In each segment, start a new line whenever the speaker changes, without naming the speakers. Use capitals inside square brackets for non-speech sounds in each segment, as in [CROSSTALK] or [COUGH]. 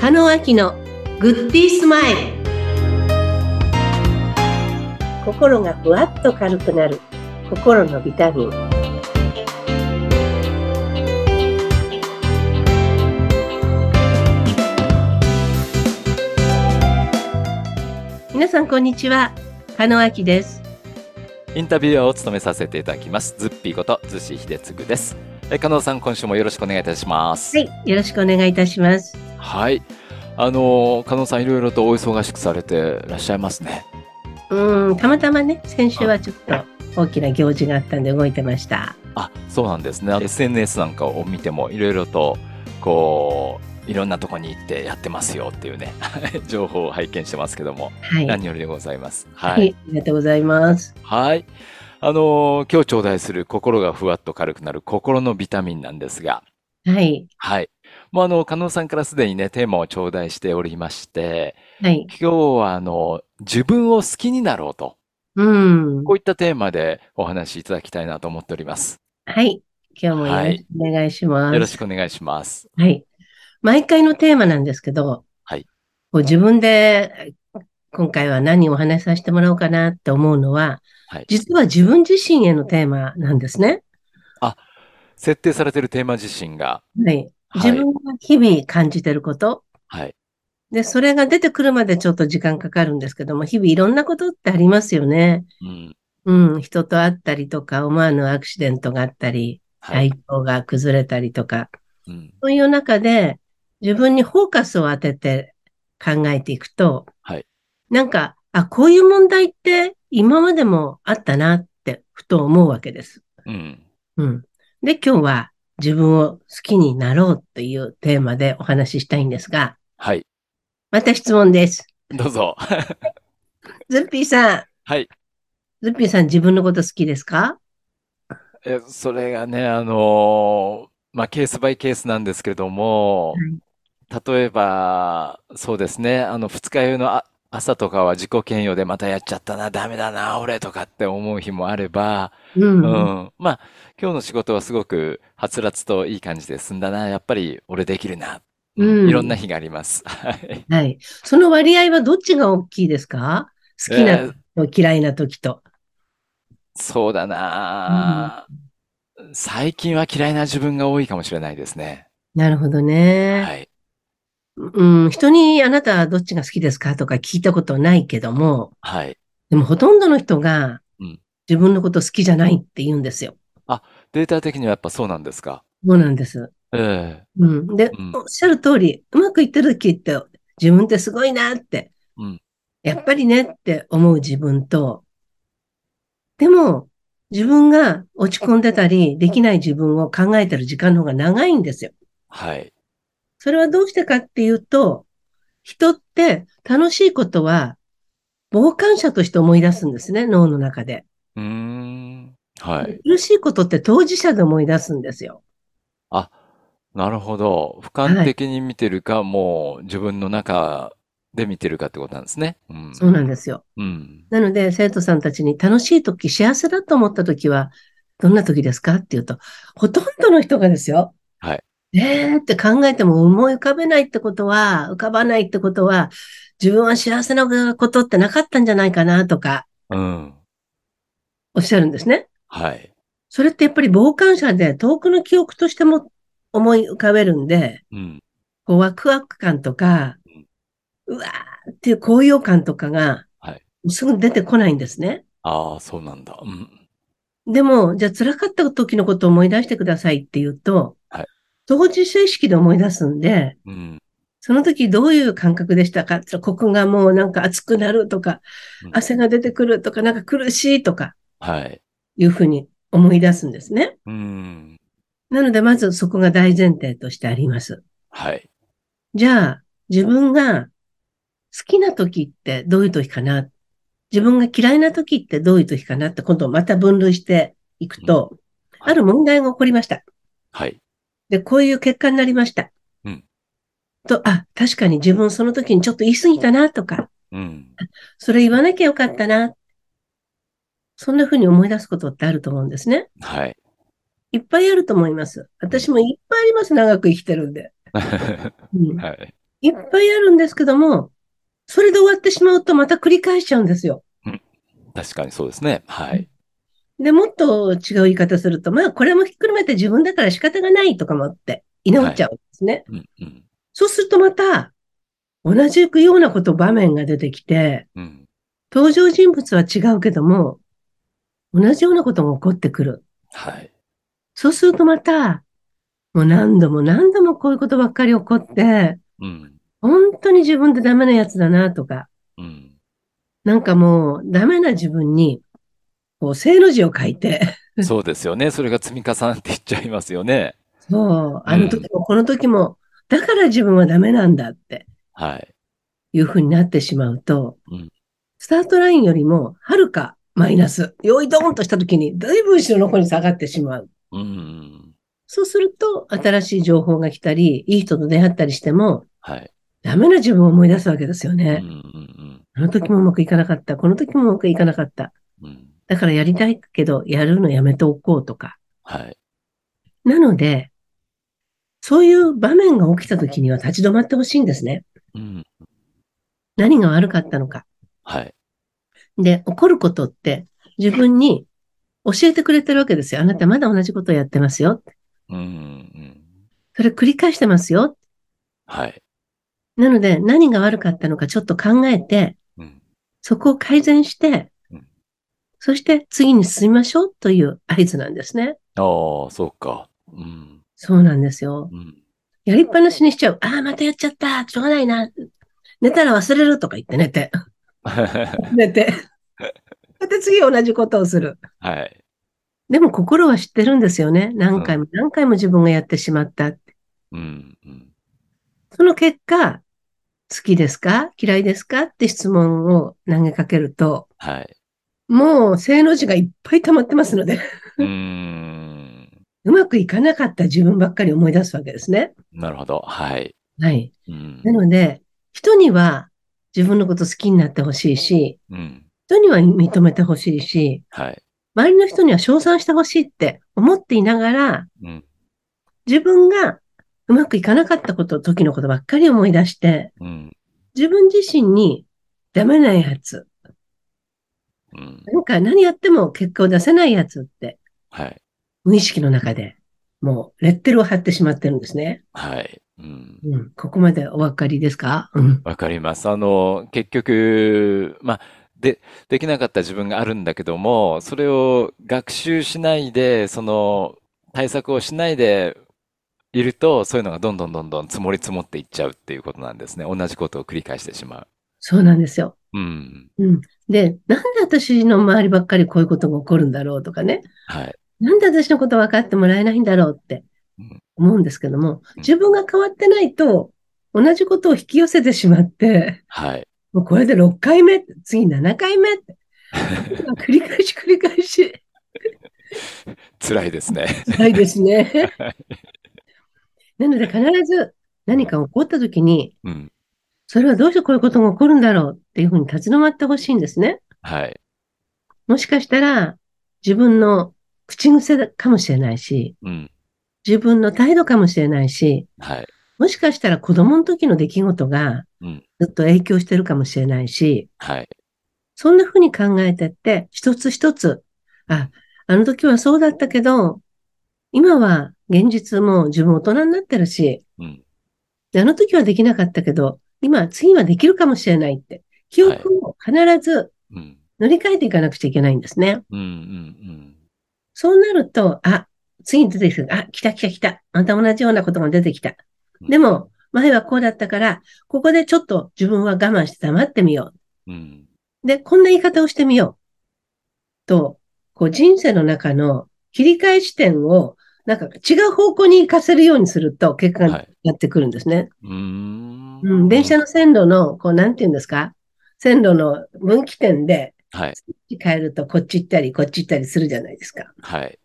中野明のグッディースマイル心がふわっと軽くなる心のビタミン皆さんこんにちは加野明です
インタビュアーを務めさせていただきます。ズッピーこと、ズシヒデツグです。え、加納さん、今週もよろしくお願いいたします。。
はいいよろしくお願いいたします
あのー、加納さん、いろいろとお忙しくされてらっしゃいますね。
うんたまたまね先週はちょっと大きな行事があったんで動いてました
あ、そうなんですね。あの SNS なんかを見ても、いろいろと、こう、いろんなとこに行ってやってますよっていうね、 [LAUGHS] 情報を拝見してますけども、
はい、
何よりでございます。は
はいい。、ありがとうございます
はい。あのー今日頂戴する心がふわっと軽くなる心のビタミンなんですが、
はい
はい。もうあの、加納さんからすでにね、テーマを頂戴しておりまして、
はい
今日はあの、自分を好きになろうと、
うん
こういったテーマでお話しいただきたいなと思っております。
はい今日もよろしくお願いします、
よろしくお願いします。
はい。毎回のテーマなんですけど、
はい
こう自分で今回は何をお話しさせてもらおうかなって思うのは、
はい。
実は自分自身へのテーマなんですね。
設定されているテーマ自身が、
はい。
はい
自分が日々感じてること。
はい。
で、それが出てくるまでちょっと時間かかるんですけども、日々いろんなことってありますよね。
うん。
うん。人と会ったりとか、思わぬアクシデントがあったり、
はい。
体調が崩れたりとか、
うん。
そういう中で自分にフォーカスを当てて考えていくと、
はい
なんか、あ、こういう問題って今までもあったなってふと思うわけです。
うん。
うん。で、今日は自分を好きになろうというテーマでお話ししたいんですが、
はい。
また質問です。
どうぞ。
ズッピーさん、
はい。
ズッピーさん自分のこと好きですか
え、それがね、あのーまあ、ケースバイケースなんですけれども、例えば、そうですね、あの、二日酔いのあ朝とかは自己嫌悪でまたやっちゃったな、ダメだな、俺とかって思う日もあれば、
う。
うんん、まあ、今日の仕事はすごくはつらつといい感じで済んだな、やっぱり俺できるな、
うん
いろんな日があります。はい。
はい。その割合はどっちが大きいですか好き
え
な
ー
時と嫌いな時と。
そうだな、最近は嫌いな自分が多いかもしれないですね。
なるほどね。
はい。
うん、人にあなたはどっちが好きですかとか聞いたことないけども、
はい。
でもほとんどの人が
うん
自分のこと好きじゃないって言うんですよ。
データ的にはやっぱそうなんですか。
そうなんです。
ええ。
うん、で、
うん
おっしゃる通り、うまくいってる時って自分ってすごいなって、
うん
やっぱりねって思う自分と、でも自分が落ち込んでたりできない自分を考えてる時間の方が長いんですよ。
はい。
それはどうしてかっていうと、人って楽しいことは傍観者として思い出すんですね、脳の中で。
うーん。はい。
苦しいことって当事者で思い出すんですよ。
あ、なるほど。俯瞰
はい
的に見てるか、もう自分の中で見てるかってことなんですね。うん。
そうなんですよ。
うん。
なので、生徒さんたちに楽しい時、幸せだと思った時は、どんな時ですかっていうと、ほとんどの人がですよ。
はい。
えーって考えても思い浮かべないってことは、浮かばないってことは、自分は幸せなことってなかったんじゃないかなとか、
うん。
おっしゃるんですね。
はい。
それってやっぱり傍観者で遠くの記憶としても思い浮かべるんで、
うん。
こうワクワク感とか
うん、
うわーっていう高揚感とかが
はい、
すぐ出てこないんですね。
ああ、そうなんだ。うん。
でも、じゃあ辛かった時のことを思い出してくださいって言うと
はい、
当事者意識で思い出すんで、
うん。
その時どういう感覚でしたかってここがもうなんか熱くなるとか
う、ん
汗が出てくるとか、なんか苦しいとか
はい。
いうふうに思い出すんですね。
うん。
なので、まずそこが大前提としてあります。
はい。
じゃあ、自分が好きな時ってどういう時かな自分が嫌いな時ってどういう時かなって今度また分類していくと、
はい
ある問題が起こりました。
はい。
で、こういう結果になりました。
うん
と、あ、確かに自分その時にちょっと言い過ぎたなとか、
うん。
それ言わなきゃよかったな。そんな風に思い出すことってあると思うんですね。
はい。 [LAUGHS]
いっぱいあると思います。私もいっぱいあります。長く生きてるんで。うん
はい。
いっぱいあるんですけども、それで終わってしまうとまた繰り返しちゃうんですよ。
確かにそうですね。はい。
で、もっと違う言い方すると、まあ、これもひっくるめて自分だから仕方がないとかもあって、居直っちゃうんですね。
うん、うん、
そうするとまた、同じくようなこと場面が出てきて、
うん。
登場人物は違うけども、同じようなことが起こってくる。
はい。
そうするとまた、もう何度も何度もこういうことばっかり起こって、
うん、
本当に自分でダメなやつだなとか、
うん。
なんかもうダメな自分に、こう、正の字を書いて、 [LAUGHS]
そうですよね。それが積み重なっていっちゃいますよね。
そう、あの時もこの時も、だから自分はダメなんだって
はい。
いうふうになってしまうと
うん、
スタートラインよりもはるかマイナス、用意ドーンとした時にだいぶ後ろの方に下がってしまう。
うん、
そうすると、新しい情報が来たり、いい人と出会ったりしても、
はい。
ダメな自分を思い出すわけですよ
うん、う
ね。
ん、
あの時もうまくいかなかった。この時もうまくいかなかった。
うん。うん
だからやりたいけど、やるのやめておこうとか。
はい。
なので、そういう場面が起きた時には立ち止まってほしいんですね。
うん、
何が悪かったのか。
はい。
で、起こることって自分に教えてくれてるわけですよ。あなたまだ同じことをやってますよ。
うん、うん。
それ繰り返してますよ。
はい。
なので、何が悪かったのかちょっと考えて、
うん、
そこを改善して
うん、
そして次に進みましょうという合図なんですね。
ああ、そうか。うん、
そうなんですよ。
うん。 [LAUGHS]
やりっぱなしにしちゃう。ああ、またやっちゃった。しょうがないな。寝たら忘れるとか言って寝て。寝て。また次同じことをする。
はい。
でも心は知ってるんですよね。何回も何回も自分がやってしまった。
うん、うん。
その結果、好きですか嫌いですかって質問を投げかけると、
はい。
もう正の字がいっぱい溜まってますので、 [LAUGHS]
うーん。
うまくいかなかった自分ばっかり思い出すわけですね。
なるほど。はい。
はい。
うん、
なので、人には自分のこと好きになってほしいし、
うん。
人には認めてほしいし、
はい。
周りの人には称賛してほしいって思っていながら、
うん、
自分がうまくいかなかったこと、時のことばっかり思い出して、
うん、
自分自身にダメなやつ、
うん。
なんか何やっても結果を出せないやつって、
はい。
無意識の中でもうレッテルを貼ってしまってるんですね。
はい。うん。
うん。ここまでお分かりですかうん。
わかります。あの、結局、まあ、で、できなかった自分があるんだけども、それを学習しないで、その、対策をしないでいると、そういうのがどんどんどんどん積もり積もっていっちゃうっていうことなんですね。同じことを繰り返してしまう。
そうなんですよ。
うん。
うん。で、なんで私の周りばっかりこういうことが起こるんだろうとかね。
はい。
なんで私のこと分かってもらえないんだろうって
うん
思うんですけども、
うん
自分が変わってないと、同じことを引き寄せてしまって、
はい。
もうこれで6回目、次7回目っ
[LAUGHS]
て、繰り返し繰り返し。
辛いですね。 [LAUGHS]
ないですね。なので必ず何か起こった時に、
うん。
それはどうしてこういうことが起こるんだろうっていうふうに立ち止まってほしいんですね。
はい。
もしかしたら自分の口癖かもしれないし、
うん。
自分の態度かもしれないし、
はい。
もしかしたら子供の時の出来事が
うん
ずっと影響してるかもしれないし、
はい。
そんなふうに考えてって、一つ一つ、あ、あの時はそうだったけど、今は現実もう自分大人になってるし、
うん。
であの時はできなかったけど、今、次はできるかもしれないって、記憶を必ず
うん。
乗り換えていかなくちゃいけないんですね。
うん。うん。
そうなると、あ、次に出てきた、あ、来た来た来た。また同じようなことが出てきた。
うん
でも、前はこうだったから、ここでちょっと自分は我慢して黙ってみよ
うん。
う。で、こんな言い方をしてみよう。と、こう人生の中の切り替え視点を、なんか違う方向に行かせるようにすると結果
は
が
い。
やってくるんですね。
うーん。
うん、電車の線路の、こう、なんて言うんですか線路の分岐点で
はい。
変えるとこっち行ったり、こっち行ったりするじゃないですか。だか
はい。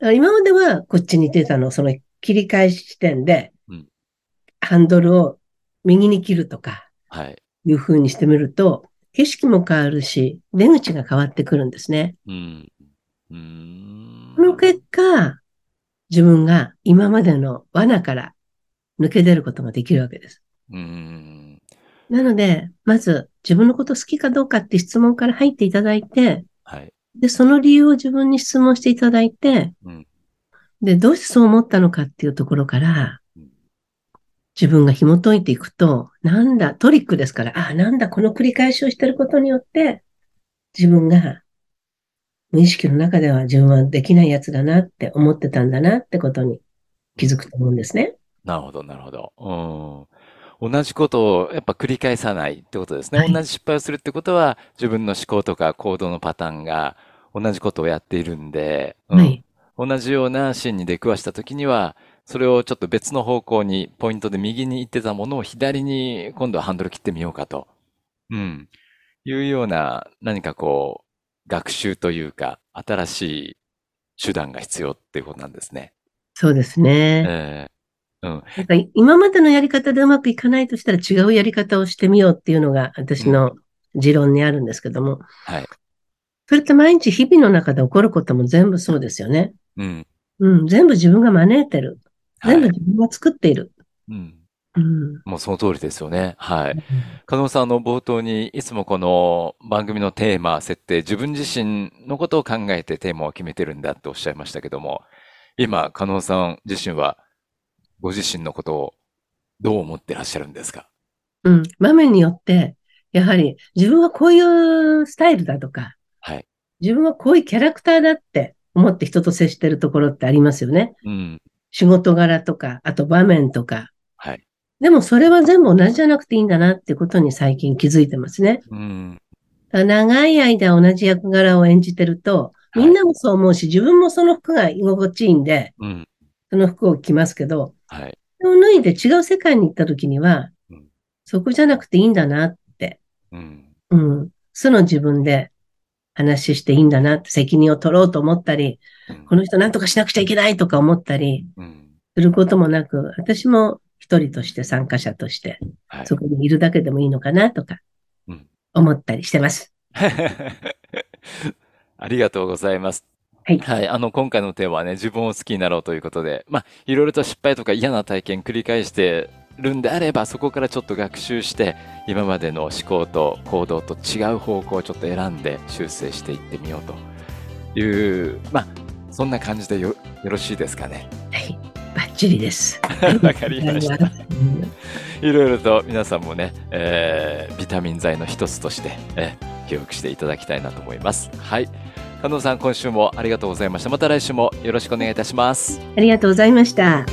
ら今まではこっちに行ってたのを、その切り返し地点で
うん、
ハンドルを右に切るとか、
はい。
いう風にしてみると、景色も変わるし、出口が変わってくるんですね。
うん。うーん。
この結果、自分が今までの罠から抜け出ることができるわけです。
うーん。
なので、まず自分のこと好きかどうかって質問から入っていただいて、
はい。
で、その理由を自分に質問していただいて、
うん
で、どうしてそう思ったのかっていうところから
うん、
自分が紐解いていくと、なんだ、トリックですから、あ、なんだ、この繰り返しをしてることによって、自分が、無意識の中では自分はできないやつだなって思ってたんだなってことに気づくと思うんですね。
なるほど、なるほど。うん。同じことをやっぱ繰り返さないってことですね。
はい
同じ失敗をするってことは、自分の思考とか行動のパターンが同じことをやっているんで、うん
はい。
同じようなシーンに出くわしたときには、それをちょっと別の方向に、ポイントで右に行ってたものを左に今度はハンドル切ってみようかと。うん。いうような、何かこう、学習というか、新しい手段が必要っていうことなんですね。
そうですね。
ええうん。
なんか今までのやり方でうまくいかないとしたら違うやり方をしてみようっていうのが私の持論にあるんですけども、
はい。
それって毎日日々の中で起こることも全部そうですよね。
うん。
うん、全部自分が招いてる。
はい
全部自分が作っている。
うん。
うん。
もうその通りですよね。はい。加納さん、あの、冒頭に、いつもこの番組のテーマ、設定、自分自身のことを考えてテーマを決めてるんだっておっしゃいましたけども、今、加納さん自身は、ご自身のことをどう思ってらっしゃるんですか
うん。場面によって、やはり自分はこういうスタイルだとか、
はい。
自分はこういうキャラクターだって思って人と接してるところってありますよね。
うん。
仕事柄とか、あと場面とか。
はい。
でもそれは全部同じじゃなくていいんだなっていうことに最近気づいてますね。
うん。
長い間同じ役柄を演じてると、みんなもそう思うし、自分もその服が居心地いいんで、
うん。
その服を着ますけど、
はい。
それを脱いで違う世界に行った時には
うん、
そこじゃなくていいんだなって、
うん。
うん、素の自分で話していいんだなって責任を取ろうと思ったり、
うん
この人何とかしなくちゃいけないとか思ったり
うん。
することもなく、私も一人として参加者として、
はい。
そこにいるだけでもいいのかなとか
うん、
思ったりしてます。
[LAUGHS] ありがとうございます。
はい
あの、今回のテーマはね、自分を好きになろうということで、まあ、いろいろと失敗とか嫌な体験繰り返してるんであれば、そこからちょっと学習して、今までの思考と行動と違う方向をちょっと選んで修正していってみようという、まあ、そんな感じでよ、よろしいですかね。
はい。バッチリです。
[LAUGHS] わかり
[LAUGHS]
ました
ありがとうございます。
[LAUGHS] いろいろと皆さんもね、えービタミン剤の一つとして、えー記憶していただきたいなと思います。はい。加納さん、今週もありがとうございました。また来週もよろしくお願いいたします。
ありがとうございました。